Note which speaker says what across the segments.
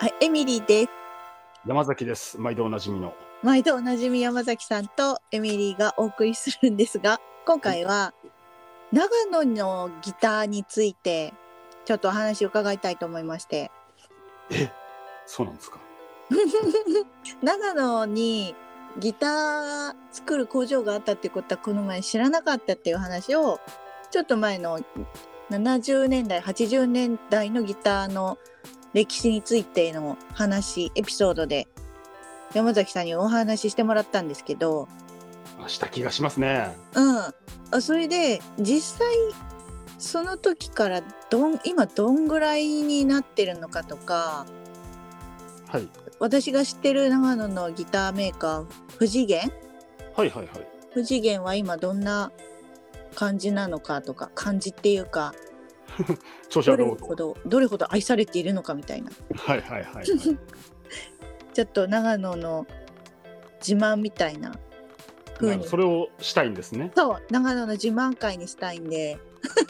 Speaker 1: はい、エミリーです。
Speaker 2: 山崎です。毎度おなじみの。
Speaker 1: 毎度おなじみ山崎さんとエミリーがお送りするんですが、今回は長野のギターについてちょっとお話を伺いたいと思いまして、
Speaker 2: え、そうなんですか。
Speaker 1: 長野にギター作る工場があったってことはこの前知らなかったっていう話をちょっと前の70年代80年代のギターの歴史についての話エピソードで山崎さんにお話ししてもらったんですけど、
Speaker 2: あ、した気がしますね。
Speaker 1: うん、あそれで実際その時からどん今どんぐらいになってるのかとか
Speaker 2: はい。
Speaker 1: 私が知ってる長野のギターメーカー不次元
Speaker 2: はいはいはい。
Speaker 1: 不次元は今どんな感じなのかとか感じっていうか
Speaker 2: 調子
Speaker 1: ど
Speaker 2: は
Speaker 1: れ
Speaker 2: どう
Speaker 1: ほどどれほど愛されているのかみたいな
Speaker 2: はいはいはい。
Speaker 1: ちょっと長野の自慢みたいな
Speaker 2: な
Speaker 1: 風
Speaker 2: んか
Speaker 1: に
Speaker 2: それをしたいんですね。
Speaker 1: そう長野の自慢会にしたいんで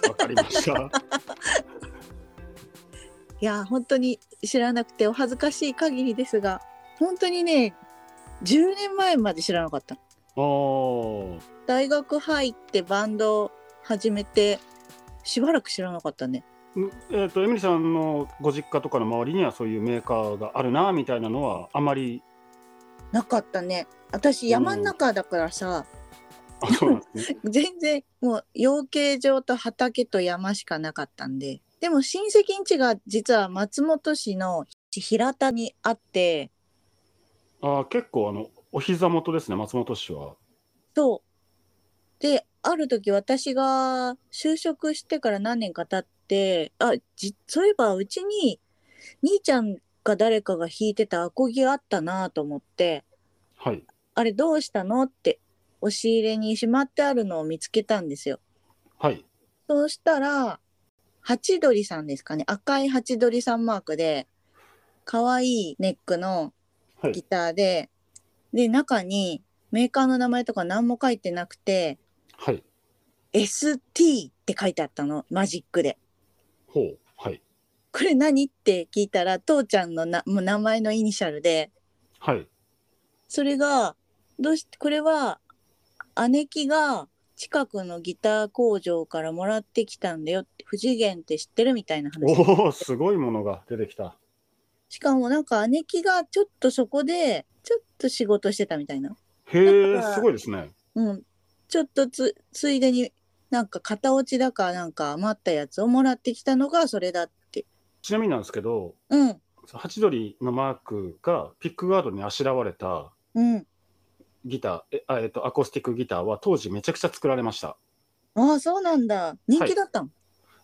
Speaker 2: わかりま した。
Speaker 1: いや本当に知らなくてお恥ずかしい限りですが本当にね10年前まで知らなかった
Speaker 2: おー。
Speaker 1: 大学入ってバンド始めてしばらく知らなかったね
Speaker 2: んえっ、と、エミリさんのご実家とかの周りには、そういうメーカーがあるなみたいなのは、あまり。
Speaker 1: なかったね私山の中だからさ、
Speaker 2: あ、そうなんです ね。
Speaker 1: 全然もう養鶏場と畑と山しかなかったんででも親戚ん家が実は松本市の平田にあって
Speaker 2: あ、結構、あの、お膝元ですね。松本市は。
Speaker 1: そう。で、ある時私が就職してから何年か経って、あ、じそういえばうちに兄ちゃんか誰かが弾いてたアコギあったなと思って、
Speaker 2: はい。
Speaker 1: あれどうしたのって押し入れにしまってあるのを見つけたんですよ。
Speaker 2: はい。
Speaker 1: そうしたら、ハチドリさんですかね。赤いハチドリさんマークで、可愛いネックの
Speaker 2: はい
Speaker 1: ギターで、で、中にメーカーの名前とか何も書いてなくて、
Speaker 2: はい。
Speaker 1: ST って書いてあったのマジックで。
Speaker 2: ほう。はい。
Speaker 1: これ何って聞いたら父ちゃんのなもう名前のイニシャルで
Speaker 2: はい。
Speaker 1: それがどうしこれは姉貴が近くのギター工場からもらってきたんだよって不次元って知ってるみたいな話
Speaker 2: おお、すごいものが出てきた。
Speaker 1: しかもなんか姉貴がちょっとそこでちょっと仕事してたみたいな
Speaker 2: へ
Speaker 1: だ
Speaker 2: え、
Speaker 1: から
Speaker 2: すごいですね。
Speaker 1: うんちょっとつついでになんか片落ちだかなんか余ったやつをもらってきたのがそれだって
Speaker 2: ちなみになんですけど、
Speaker 1: うん
Speaker 2: ハチドリのマークがピックガードにあしらわれた
Speaker 1: うん
Speaker 2: ギター、えあえっと、アコースティックギターは当時めちゃくちゃ作られました。
Speaker 1: ああそうなんだ人気だったの、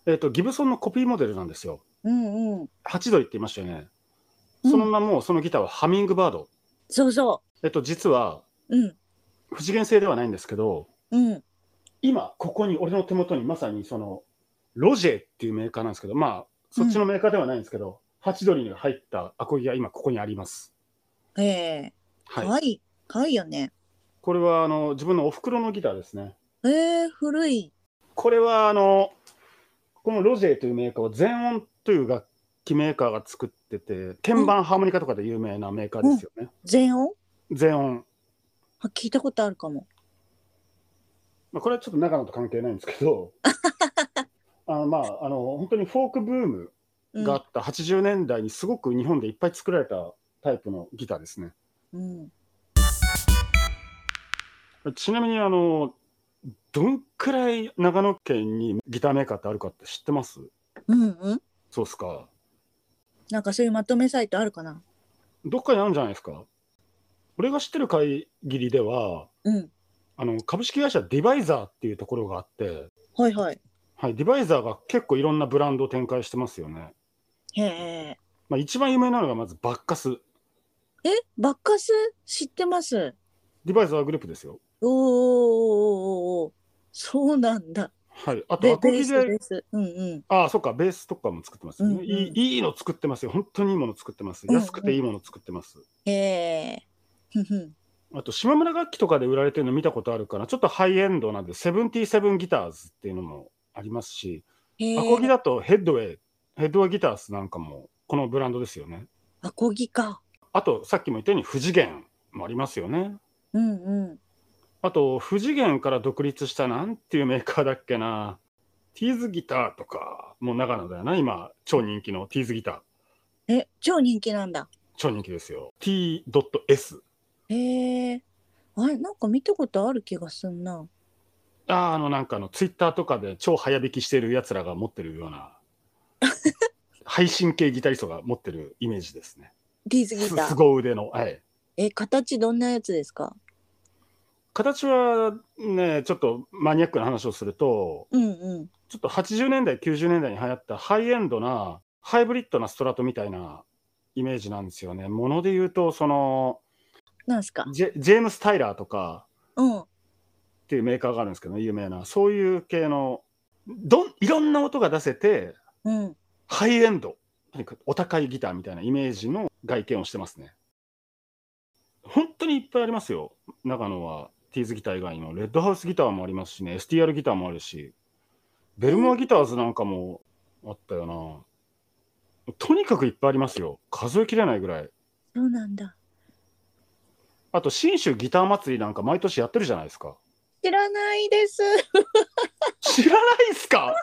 Speaker 2: えっと、ギブソンのコピーモデルなんですよ。
Speaker 1: うんうん
Speaker 2: ハチドリって言いましたよね。
Speaker 1: うん
Speaker 2: その名も、そのギターはハミングバード。
Speaker 1: そうそ
Speaker 2: えっと、実は、
Speaker 1: ううん
Speaker 2: 不次元性ではないんですけど、
Speaker 1: うん
Speaker 2: 今、ここに、俺の手元にまさに、その、ロジェっていうメーカーなんですけど、まあ、そっちのメーカーではないんですけど、ハチドリが入ったアコギが今、ここにあります。
Speaker 1: ええ
Speaker 2: は
Speaker 1: か
Speaker 2: い。
Speaker 1: わいいかわいいよね
Speaker 2: これは、あの、自分のお袋のギターですね。
Speaker 1: ええ古い
Speaker 2: これはあのこのロジェというメーカーは全音という楽器メーカーが作ってて鍵盤ハーモニカとかで有名なメーカーですよね、
Speaker 1: 全音
Speaker 2: 全音、
Speaker 1: あ聞いたことあるかも
Speaker 2: まあ、これはちょっと長野と関係ないんですけどあのまああの本当にフォークブーム
Speaker 1: うん
Speaker 2: があった80年代にすごく日本でいっぱい作られたタイプのギターですね
Speaker 1: うん
Speaker 2: ちなみにあのどんくらい長野県にギターメーカーってあるかって知ってます
Speaker 1: うんうん
Speaker 2: そうっすか
Speaker 1: なんかそういうまとめサイトあるかな
Speaker 2: どっかにあるんじゃないですか俺が知ってる限りでは
Speaker 1: うん
Speaker 2: あの株式会社ディバイザーっていうところがあって、
Speaker 1: はいはい
Speaker 2: はい、ディバイザーが結構いろんなブランドを展開してますよね。
Speaker 1: へえ
Speaker 2: まあ、一番有名なのがまずバッカス。
Speaker 1: えバッカス知ってます
Speaker 2: ディバイザーグループですよ。
Speaker 1: おーおーおーおーおーそうなんだ
Speaker 2: はい、あと
Speaker 1: で
Speaker 2: アコ
Speaker 1: ベー
Speaker 2: ギ
Speaker 1: ス
Speaker 2: で、
Speaker 1: ですうんうん
Speaker 2: ああ、そっか、ベースとかも作ってますよね、
Speaker 1: うんうん
Speaker 2: いい。いいの作ってますよ。本当にいいもの作ってます。
Speaker 1: うんうん
Speaker 2: 安くていいもの作ってます。
Speaker 1: へえふんふん
Speaker 2: あと、島村楽器とかで売られてるの見たことあるかな。ちょっとハイエンドなんで、セブンティセブンギターズっていうのもありますし、
Speaker 1: へえ
Speaker 2: アコギだとヘッドウェイ、ヘッドウェイギターズなんかも、このブランドですよね。
Speaker 1: アコギか。
Speaker 2: あと、さっきも言ったように、不次元もありますよね。
Speaker 1: うんうん。
Speaker 2: あと、不次元から独立したなんていうメーカーだっけな。ティーズギターとか、もう長野だよな、今、超人気のティーズギター。
Speaker 1: え、超人気なんだ。
Speaker 2: 超人気ですよ。T.S。
Speaker 1: へえ。あれ、なんか見たことある気がすんな。
Speaker 2: あーあの、なんかあの、ツイッターとかで超早弾きしてる奴らが持ってるよ うな、配信系ギタリストが持ってるイメージですね。
Speaker 1: ディーズギ
Speaker 2: す
Speaker 1: ター。
Speaker 2: ご腕の。はい。
Speaker 1: え、形どんなやつですか
Speaker 2: 形はね、ちょっとマニアックな話をすると、
Speaker 1: うんうん。
Speaker 2: ちょっと80年代、90年代に流行ったハイエンドな、ハイブリッドなストラトみたいなイメージなんですよね。もので言うと、その
Speaker 1: なんすか
Speaker 2: ジェ、ジェームス・タイラーとか
Speaker 1: うん。
Speaker 2: っていうメーカーがあるんですけどね、有名な。そういう系の、どん、いろんな音が出せて、
Speaker 1: うん。
Speaker 2: ハイエンド、とにかくお高いギターみたいなイメージの外見をしてますね。本当にいっぱいありますよ。長野はティーズギター以外にも、レッドハウスギターもありますしね、STR ギターもあるし、ベルモアギターズなんかもあったよな。とにかくいっぱいありますよ。数えきれないぐらい。
Speaker 1: そうなんだ。
Speaker 2: あと、信州ギター祭りなんか毎年やってるじゃないですか。
Speaker 1: 知らないです。
Speaker 2: 知らないっすか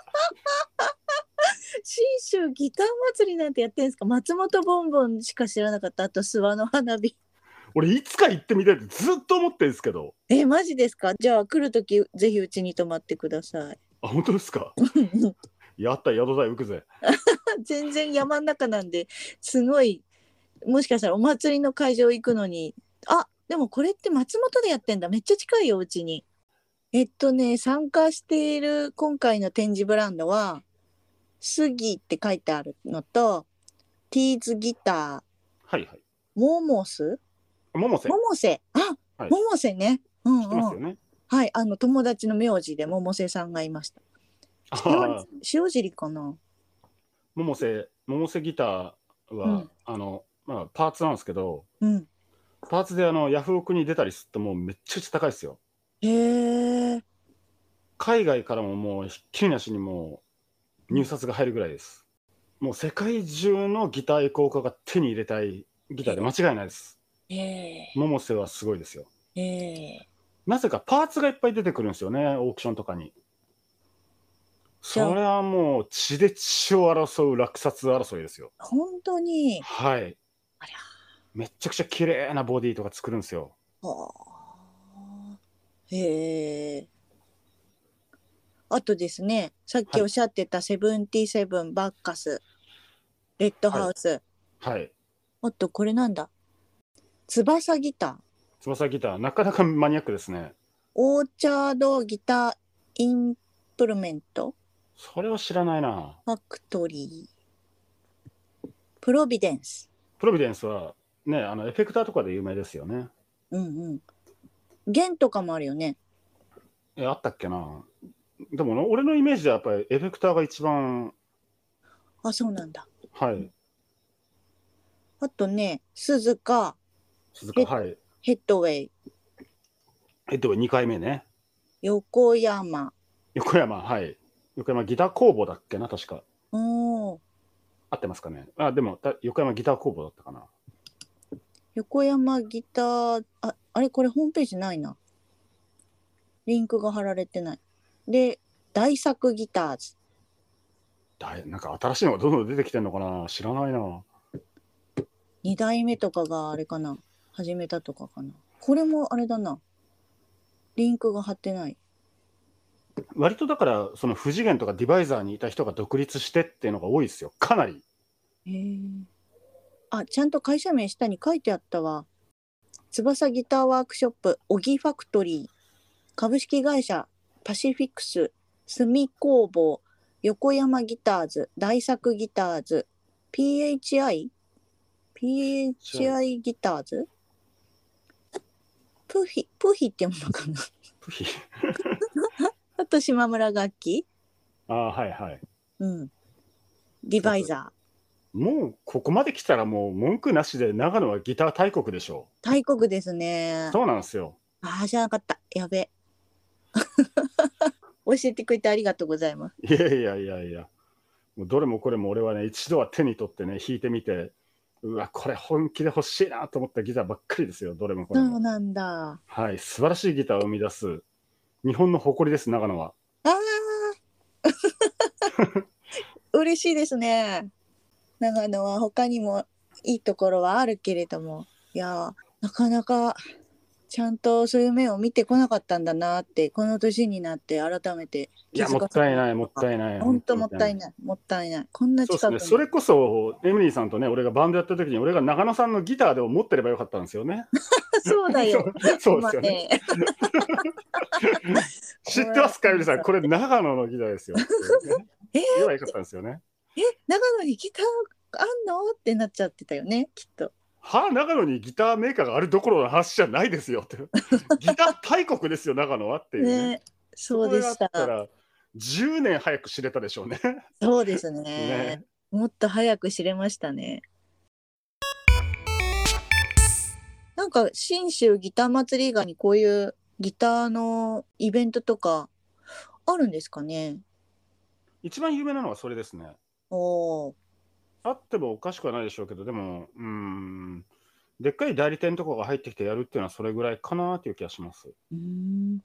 Speaker 1: 信州ギター祭りなんてやってんですか松本ボンボンしか知らなかった。あと、諏訪の花火。
Speaker 2: 俺、いつか行ってみたいってずっと思ってるんですけど。
Speaker 1: え、マジですかじゃあ来るとき、ぜひうちに泊まってください。
Speaker 2: あ、本当ですかやった、宿代浮くぜ。
Speaker 1: 全然山の中なんで、すごい、もしかしたらお祭りの会場行くのに、あでもこれって松本でやってんだ。めっちゃ近いよ、うちに。えっとね、参加している今回の展示ブランドは、スギって書いてあるのと、ティーズギタ
Speaker 2: はいは
Speaker 1: ー、
Speaker 2: い。
Speaker 1: モーモス
Speaker 2: 百瀬。
Speaker 1: 百瀬あ、
Speaker 2: はい
Speaker 1: 百瀬ね。うん
Speaker 2: 知ってま
Speaker 1: う
Speaker 2: すよ
Speaker 1: ん。
Speaker 2: ね。
Speaker 1: はい、あの友達の名字で百瀬さんがいました。
Speaker 2: あ
Speaker 1: 塩
Speaker 2: あ、
Speaker 1: 塩尻かな。
Speaker 2: 百瀬、百瀬ギターは、
Speaker 1: うん
Speaker 2: あの、まあ、パーツなんですけど、
Speaker 1: うん。
Speaker 2: パーツであの、ヤフオクに出たりするともうめっちゃくちゃ高いですよ。
Speaker 1: へえ。
Speaker 2: 海外からももうひっきりなしにもう入札が入るぐらいです。もう世界中のギター愛好家が手に入れたいギターで間違いないです。
Speaker 1: へえ。
Speaker 2: 百瀬はすごいですよ。
Speaker 1: へえ。
Speaker 2: なぜかパーツがいっぱい出てくるんですよね、オークションとかに。
Speaker 1: じゃあ
Speaker 2: それはもう血で血を争う落札争いですよ。
Speaker 1: 本当に。
Speaker 2: はい
Speaker 1: ありゃ。
Speaker 2: めっちゃくちゃ綺麗なボディとか作るんですよ。
Speaker 1: はあ。へえ。あとですね、さっきおっしゃってたセブンティーセブンバッカス、レッドハウス、
Speaker 2: はい。
Speaker 1: あとこれなんだ。翼ギター、
Speaker 2: 翼ギター、なかなかマニアックですね。
Speaker 1: オーチャードギターインプルメント。
Speaker 2: それは知らないな。
Speaker 1: ファクトリー、プロビデンス。
Speaker 2: プロビデンスは、ね、あのエフェクターとかで有名ですよね。
Speaker 1: うんうん。弦とかもあるよね。
Speaker 2: え、あったっけな。でもな、俺のイメージではやっぱりエフェクターが一番、
Speaker 1: あ、そうなんだ。
Speaker 2: はい。
Speaker 1: あとね、鈴鹿、
Speaker 2: 鈴鹿、
Speaker 1: え
Speaker 2: はい。
Speaker 1: ヘッドウェイ、
Speaker 2: えっと、2回目ね。
Speaker 1: 横山。
Speaker 2: 横山、はい。横山ギター工房だっけな、確か。
Speaker 1: おー
Speaker 2: 合ってますかね。あ、でも、た横山ギター工房だったかな。
Speaker 1: 横山ギター、あ、あれこれホームページないな。リンクが貼られてない。で、大作ギターズ。
Speaker 2: だいなんか新しいのがどんどん出てきてんのかな知らないな。
Speaker 1: 2代目とかがあれかな。始めたとかかな。これもあれだな。リンクが貼ってない。
Speaker 2: 割とだから、その不次元とかディバイザーにいた人が独立してっていうのが多いですよ。かなり。
Speaker 1: へえ。あ、ちゃんと会社名下に書いてあったわ。翼ギターワークショップ、オギファクトリー、株式会社、パシフィックス、墨工房、横山ギターズ、大作ギターズ、PHI?PHI ギターズプヒ、プヒって読むのかな
Speaker 2: プヒ
Speaker 1: あと島村楽器
Speaker 2: ああ、はいはい。
Speaker 1: うん。ディバイザー。
Speaker 2: もうここまで来たらもう文句なしで長野はギター大国でしょ
Speaker 1: 大国です
Speaker 2: う。
Speaker 1: ね。
Speaker 2: そうなんですよ。
Speaker 1: ああ、知らなかった。やべえ。 教えてくれてありがとうございます。
Speaker 2: いやいやいやいや。もうどれもこれも俺はね、一度は手に取ってね、弾いてみて、うわ、これ本気で欲しいなと思ったギターばっかりですよ、どれもこ
Speaker 1: そ
Speaker 2: れ
Speaker 1: う
Speaker 2: も。
Speaker 1: なんだ。
Speaker 2: はい、素晴らしいギターを生み出す、日本の誇りです、長野は。
Speaker 1: ああ。嬉しいですね。長野は他にもいいところはあるけれども、いやー、なかなかちゃんとそういう面を見てこなかったんだなって、この年になって改めて
Speaker 2: いや、
Speaker 1: 気づ
Speaker 2: も
Speaker 1: か
Speaker 2: っ
Speaker 1: さ
Speaker 2: た
Speaker 1: れ
Speaker 2: いない、もったいない。
Speaker 1: 本当もったい
Speaker 2: い。
Speaker 1: ない、もったいない。こんな
Speaker 2: そう
Speaker 1: 近
Speaker 2: です
Speaker 1: く
Speaker 2: ね、
Speaker 1: に。
Speaker 2: それこそ、エミリーさんとね、俺がバンドやった時に、俺が長野さんのギターでも持ってればよかったんですよね。
Speaker 1: そうだよ。
Speaker 2: そうですよね。
Speaker 1: まあね
Speaker 2: 知ってますか、エミリーさん、これ長野のギターですよ。
Speaker 1: えー
Speaker 2: 言えばよかったんですよね。
Speaker 1: え、長野にギターあんのってなっちゃってたよね、きっと。
Speaker 2: はあ、長野にギターメーカーがあるどころの話じゃないですよって。 ギター大国ですよ、長野はっていうね。
Speaker 1: ね、そうでし
Speaker 2: これが
Speaker 1: た。
Speaker 2: あったら10年早く知れたでしょうね。
Speaker 1: そうですね
Speaker 2: ね
Speaker 1: もっと早く知れましたね。なんか信州ギター祭り以外にこういうギターのイベントとかあるんですかね。
Speaker 2: 一番有名なのはそれですね。
Speaker 1: おお、
Speaker 2: あってもおかしくはないでしょうけど、でも、うーん、でっかい代理店とかが入ってきてやるっていうのはそれぐらいかなっていう気がします。
Speaker 1: うーん、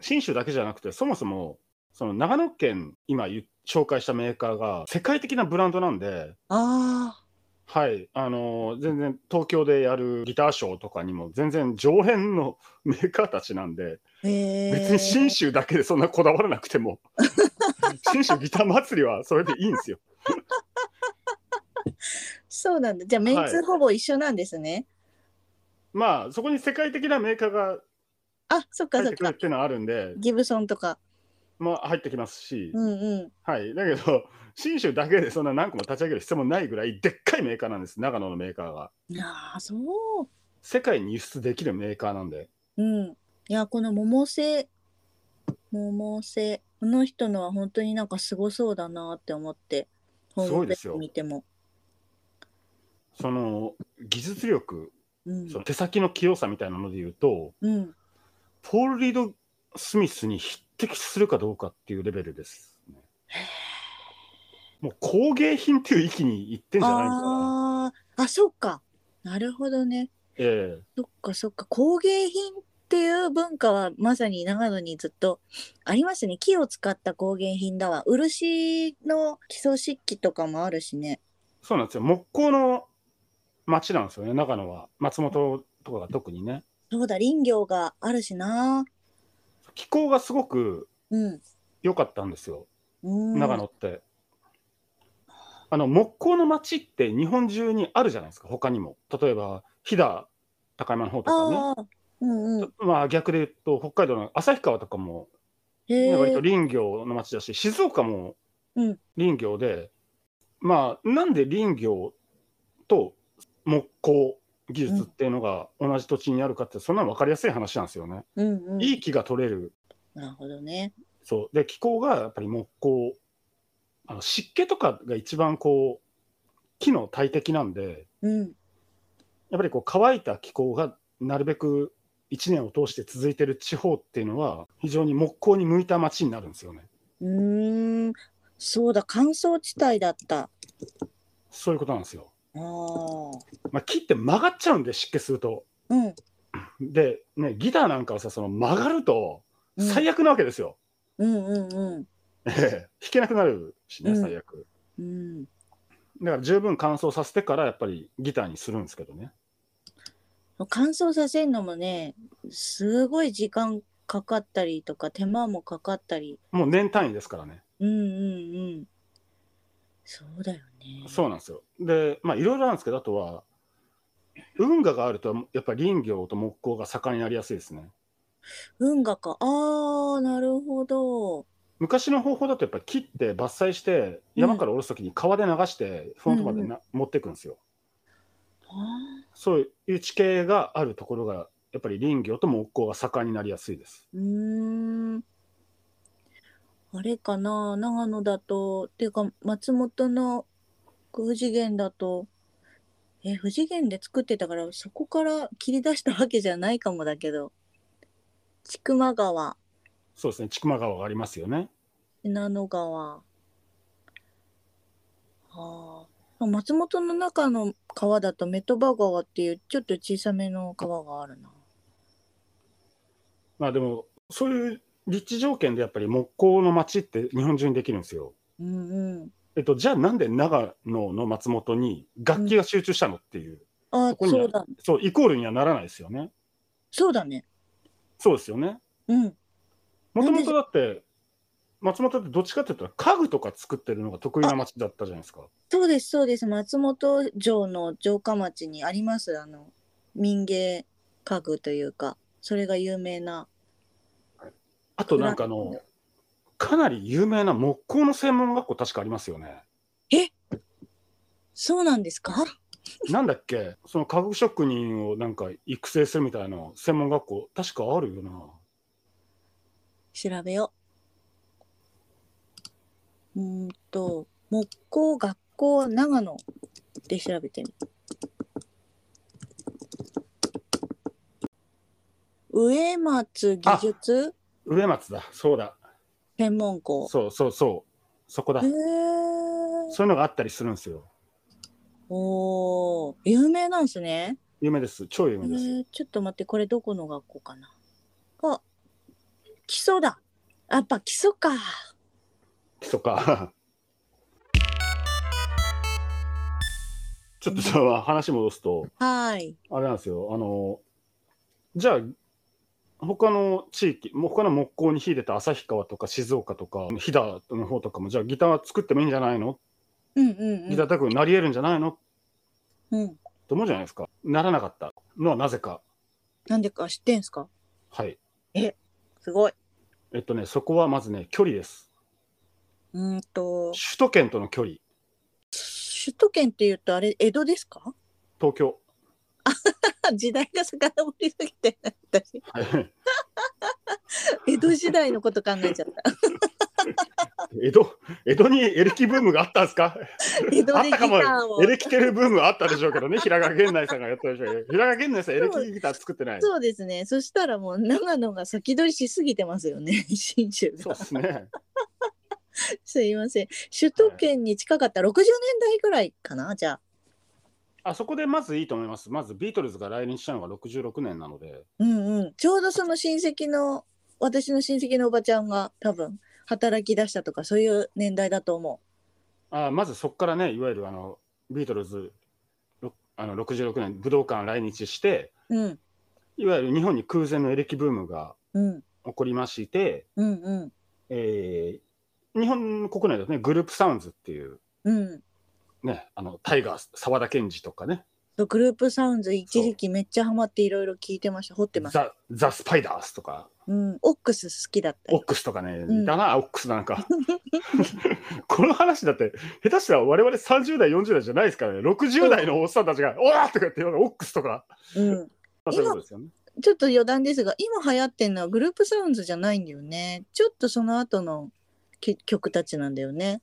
Speaker 2: 信州だけじゃなくて、そもそも、その長野県、今言う紹介したメーカーが世界的なブランドなんで、
Speaker 1: あ
Speaker 2: はい、あの全然東京でやるギターショーとかにも全然上辺のメーカーたちなんで、
Speaker 1: あ、え
Speaker 2: 別に信州だけでそんなこだわらなくても 信州ギター祭りはそれでいいんですよ
Speaker 1: そうなんだ。じゃあメンツほぼ一緒なんですね。
Speaker 2: まあそこに世界的なメーカーが
Speaker 1: あ、そっか
Speaker 2: 入っ
Speaker 1: そって
Speaker 2: く
Speaker 1: か
Speaker 2: るっ。ていうのはあるんで
Speaker 1: ギブソンとか。
Speaker 2: まあ入ってきますし、
Speaker 1: うんうん。
Speaker 2: はいだけど 信州だけでそんな何個も立ち上げる必要もないぐらいでっかいメーカーなんです長野のメーカーが
Speaker 1: ああ、そう。
Speaker 2: 世界に輸出できるメーカーなんで
Speaker 1: うん。いや、この桃瀬、桃瀬、この人のは本当になんかすごそうだなって思って、ホ
Speaker 2: す
Speaker 1: ー
Speaker 2: ご
Speaker 1: ム
Speaker 2: いで
Speaker 1: ペ
Speaker 2: す
Speaker 1: ー
Speaker 2: よ
Speaker 1: ジ見ても。
Speaker 2: その技術力、
Speaker 1: うん。
Speaker 2: その手先の器用さみたいなので言うと
Speaker 1: うん。
Speaker 2: ポール・リード・スミスに匹敵するかどうかっていうレベルですね、もう工芸品っていう域にいってんじゃないのかな。
Speaker 1: ああ、あ、そっか。なるほどね。
Speaker 2: ええ
Speaker 1: そっかそっか。工芸品っていう文化はまさに長野にずっとありますね。木を使った工芸品だわ。漆の基礎漆器とかもあるしね。
Speaker 2: そうなんですよ木工の町なんですよね長野は松本とかが特にね
Speaker 1: そうだ、林業があるしな。
Speaker 2: 気候がすごく
Speaker 1: うん。
Speaker 2: 良かったんですよ
Speaker 1: うん。
Speaker 2: 長野って、あの木工の町って日本中にあるじゃないですか他にも例えば飛騨高山の方とかね
Speaker 1: ああ、うんうん。
Speaker 2: まあ逆で言うと北海道の旭川とかも
Speaker 1: へ
Speaker 2: ね
Speaker 1: え。
Speaker 2: 割と林業の町だし、静岡も
Speaker 1: うん
Speaker 2: 林業で、まあ、なんで林業と木工技術っていうのが同じ土地にあるかって、そんなの分かりやすい話なんですよね。
Speaker 1: うんうん。
Speaker 2: いい木が取れる、
Speaker 1: なるほどね。
Speaker 2: そうで気候がやっぱり木工、あの湿気とかが一番こう木の大敵なんで、
Speaker 1: うん。
Speaker 2: やっぱりこう乾いた気候がなるべく1年を通して続いてる地方っていうのは、非常に木工に向いた町になるんですよね。
Speaker 1: うーん。そうだ、乾燥地帯だった。
Speaker 2: そういうことなんですよ。
Speaker 1: ああ。
Speaker 2: まあ、木って曲がっちゃうんで湿気すると。
Speaker 1: うん。
Speaker 2: で、ね、ギターなんかはさその曲がると
Speaker 1: うん
Speaker 2: 最悪なわけですよ。
Speaker 1: うんうんうん。
Speaker 2: ええ弾けなくなるしね
Speaker 1: うん
Speaker 2: 最悪。
Speaker 1: うん。
Speaker 2: だから十分乾燥させてからやっぱりギターにするんですけどね。
Speaker 1: 乾燥させるのもね、すごい時間かかったりとか、手間もかかったり。
Speaker 2: もう年単位ですからね。
Speaker 1: うんうんうん。そうだよね。
Speaker 2: そうなんですよ。でまあいろいろあるんですけどあとは運河があるとやっぱり林業と木工が盛んになりやすいですね。
Speaker 1: 運河か。ああ、なるほど。
Speaker 2: 昔の方法だとやっぱり切って伐採して山から下ろすときに川で流してフロントまでな、持っていくんですよ。
Speaker 1: あ
Speaker 2: そういう地形があるところが、やっぱり林業と木工が盛んになりやすいです。
Speaker 1: ーうーん。あれかな長野だとっていうか松本の富士源だとえ富士源で作ってたからそこから切り出したわけじゃないかもだけど千曲川
Speaker 2: そうですね、千曲川がありますよね。
Speaker 1: 信濃川あー松本の中の川だとメトバ川っていうちょっと小さめの川があるな。
Speaker 2: まあでも、そういう立地条件でやっぱり木工の町って日本中にできるんですよ。
Speaker 1: うんうん。
Speaker 2: えっと、じゃあなんで長野の松本に楽器が集中したのっていう、
Speaker 1: あ
Speaker 2: そこに
Speaker 1: そうだ
Speaker 2: そう、イコールにはならないですよね。
Speaker 1: そうだね。
Speaker 2: そうですよね。
Speaker 1: うん。
Speaker 2: もともとだって、松本ってどっちかって言ったら家具とか作ってるのが得意な町だったじゃないですか。
Speaker 1: そうですそうです松本城の城下町にありますあの民芸家具というかそれが有名な
Speaker 2: あとなんかあの、かなり有名な木工の専門学校確かありますよね。
Speaker 1: そうなんですか
Speaker 2: なんだっけ、その家具職人をなんか育成するみたいな専門学校、確かあるよな。
Speaker 1: 調べよううーんと木工学校長野で調べてみ植松技術
Speaker 2: 植松だ、そうだ、
Speaker 1: 専門校
Speaker 2: そうそうそう、そこだ
Speaker 1: へ。ー
Speaker 2: そういうのがあったりするんですよ。
Speaker 1: おー有名なんですね
Speaker 2: 有名です、超有
Speaker 1: え
Speaker 2: 名です。
Speaker 1: ーちょっと待ってこれどこの学校かなあ基礎だやっぱ基礎か
Speaker 2: 基礎か。 ちょっとさ、話戻すと、
Speaker 1: はい
Speaker 2: あれなんですよ、あの、じゃあ、他の地域、もう他の木工に秀でた旭川とか静岡とか、飛騨の方とかも、じゃあギター作ってもいいんじゃないの
Speaker 1: うんうん
Speaker 2: ギター卓になり得るんじゃないの
Speaker 1: うん、うん、
Speaker 2: と思うじゃないですか。ならなかったのはなぜか。
Speaker 1: なんでか知ってんすか
Speaker 2: はい。
Speaker 1: すごい
Speaker 2: えっとね、そこはまずね、距離です。
Speaker 1: うーんと
Speaker 2: 首都圏との距離、
Speaker 1: 首都圏っていうとあれ江戸ですか
Speaker 2: 東京。
Speaker 1: 時代が遡りすぎて私
Speaker 2: はい
Speaker 1: 江戸時代のこと考えちゃった
Speaker 2: 江戸、江戸にエレキブームがあったんですか
Speaker 1: 江戸
Speaker 2: あっ
Speaker 1: でギ
Speaker 2: た
Speaker 1: タ
Speaker 2: かも
Speaker 1: ーを
Speaker 2: エレキテルブームはあったでしょうけどね、平賀源内さんがやったでしょうけど、平賀源内さんエレキギター作ってない。
Speaker 1: そうですねそしたらもう長野が先取りしすぎてますよね 信州
Speaker 2: そう
Speaker 1: が
Speaker 2: ですね。
Speaker 1: すいません首都圏に近かった60年代ぐらいかなじゃあ
Speaker 2: あそこでまずいいと思います。まずビートルズが来日したのが66年なので、
Speaker 1: うんうん、ちょうどその親戚の私の親戚のおばちゃんが多分働き出したとかそういう年代だと思
Speaker 2: あまずそこからね、いわゆるあのビートルズろあの66年、武道館来日して、
Speaker 1: う。うん
Speaker 2: いわゆる日本に空前のエレキブームが
Speaker 1: うん
Speaker 2: 起こりまして、
Speaker 1: うんうん
Speaker 2: えー日本国内だとね、グループサウンズっていう、
Speaker 1: うん
Speaker 2: ね、あのタイガース、沢田研二とかね、
Speaker 1: そう。グループサウンズ一時期めっちゃハマっていろいろ聞いてました掘ってました。
Speaker 2: ザ・ザ・スパイダースとか、
Speaker 1: うん、オックス好きだった
Speaker 2: オ
Speaker 1: よ
Speaker 2: ックスとかね、
Speaker 1: ん
Speaker 2: いたな、オックスなんか。 この話だって、下手したら我々30代、40代じゃないですからね、60代のおっさんたちが、おらとか言って、オックスとか、
Speaker 1: うん、
Speaker 2: まあ、そういうことですよね。
Speaker 1: ちょっと余談ですが今流行ってんのはグループサウンズじゃないんだよねちょっとその後のき曲たちなんだよね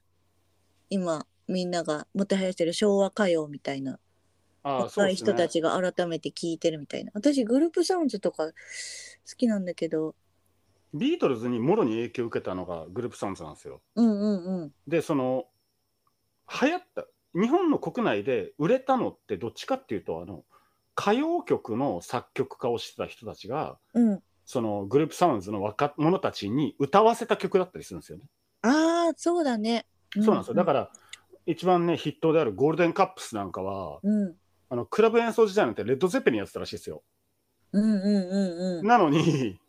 Speaker 1: 今みんながもてはやしてる昭和歌謡みたいな
Speaker 2: ああ、そう
Speaker 1: 若い
Speaker 2: です
Speaker 1: 人
Speaker 2: ね
Speaker 1: た。ちが改めて聞いてるみたいな、私グループサウンズとか好きなんだけど
Speaker 2: ビートルズにもろに影響を受けたのがグループサウンズなんですよ。
Speaker 1: うんうんうん
Speaker 2: で、その、流行った、日本の国内で売れたのって、どっちかっていうと、あの、歌謡曲の作曲家をしてた人たちが、
Speaker 1: うん
Speaker 2: そのグループサウンズの若者たちに歌わせた曲だったりするんですよね。
Speaker 1: ああそうだね
Speaker 2: そうなんですよ。だからら、一番ね、筆頭であるゴールデンカップスなんかは、
Speaker 1: うん
Speaker 2: あの、クラブ演奏時代なんてレッドゼッペリンやってたらしいですよ。
Speaker 1: うんうんうんうん
Speaker 2: なのに、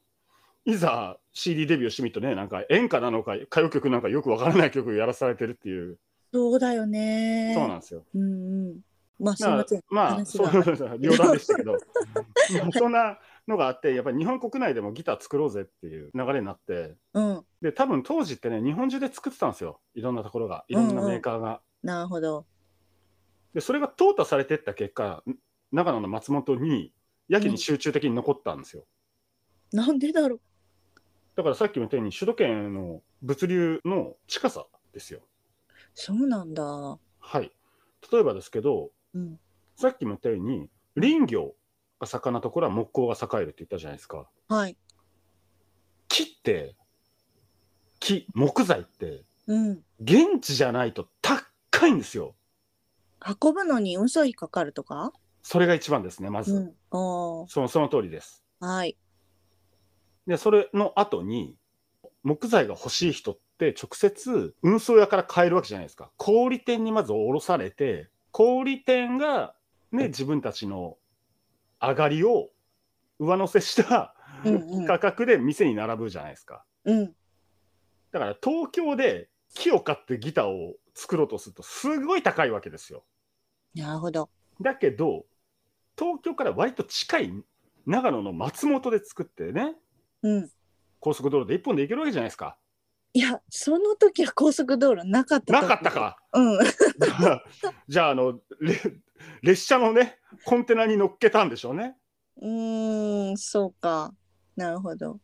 Speaker 2: いざ CD デビューしてみるとね、なんか演歌なのか、歌謡曲なんかよくわからない曲やらされてるっていう、
Speaker 1: そうだよね
Speaker 2: そうなんですよ。
Speaker 1: うんうんまあすい
Speaker 2: だから
Speaker 1: ません
Speaker 2: まあ、
Speaker 1: 話
Speaker 2: そう
Speaker 1: が、
Speaker 2: 余談でしたけど、 まあそんなのがあって、やっぱり日本国内でもギター作ろうぜっていう流れになって、
Speaker 1: うん
Speaker 2: で、多分当時ってね、日本中で作ってたんですよ。いろんなところが、いろんなメーカーが。
Speaker 1: なるほど
Speaker 2: でそれが淘汰されていった結果長野の松本にやけに集中的に残ったんですよ、
Speaker 1: なんでだろう
Speaker 2: だからさっきも言ったように首都圏の物流の近さですよ
Speaker 1: そうなんだ
Speaker 2: はい例えばですけど
Speaker 1: うん
Speaker 2: さっきも言ったように林業が盛んなところは木工が栄えるって言ったじゃないですか
Speaker 1: はい
Speaker 2: 木って木木材って
Speaker 1: うん
Speaker 2: 現地じゃないと高いんですよ
Speaker 1: 運ぶのに運送費かかるとか、
Speaker 2: それが一番ですね、まず。
Speaker 1: うん、おー
Speaker 2: そのその通りです。
Speaker 1: はい
Speaker 2: で、それの後に、木材が欲しい人って直接運送屋から買えるわけじゃないですか。小売店にまず卸されて、小売店がね、自分たちの上がりを上乗せした
Speaker 1: うんうん
Speaker 2: 価格で店に並ぶじゃないですか。
Speaker 1: うん
Speaker 2: だから東京で木を買ってギターを作ろうとするとすごい高いわけですよ。
Speaker 1: なるほど
Speaker 2: だけど、東京から割と近い長野の松本で作ってね、
Speaker 1: うん
Speaker 2: 高速道路で一本で行けるわけじゃないですか。
Speaker 1: いやその時は高速道路なかったと
Speaker 2: な
Speaker 1: 思う
Speaker 2: かったか。
Speaker 1: うん
Speaker 2: じゃあ、あの、れ列車のね、コンテナに乗っけたんでしょうね。
Speaker 1: うーんそうかなるほど、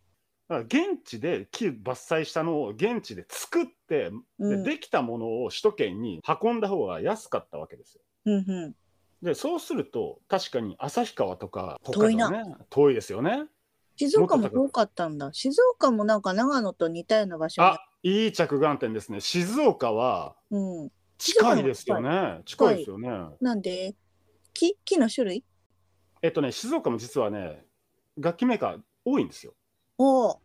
Speaker 2: だから現地で木伐採したのを現地で作って、
Speaker 1: う
Speaker 2: で
Speaker 1: ん、
Speaker 2: できたものを首都圏に運んだ方が安かったわけですよ。
Speaker 1: うんうん
Speaker 2: で、そうすると、確かに旭川とか、
Speaker 1: 遠いな
Speaker 2: 北海道ね、遠いですよね。
Speaker 1: 静岡も多かったんだ静岡もなんか長野と似たような場所に
Speaker 2: あいい着眼点ですね。静岡は
Speaker 1: うん、
Speaker 2: 近いですよね。近
Speaker 1: 岡も近い
Speaker 2: いですよね。
Speaker 1: なんで木木の種類
Speaker 2: えっとね、静岡も実はね、楽器メーカー多いんですよ。
Speaker 1: おお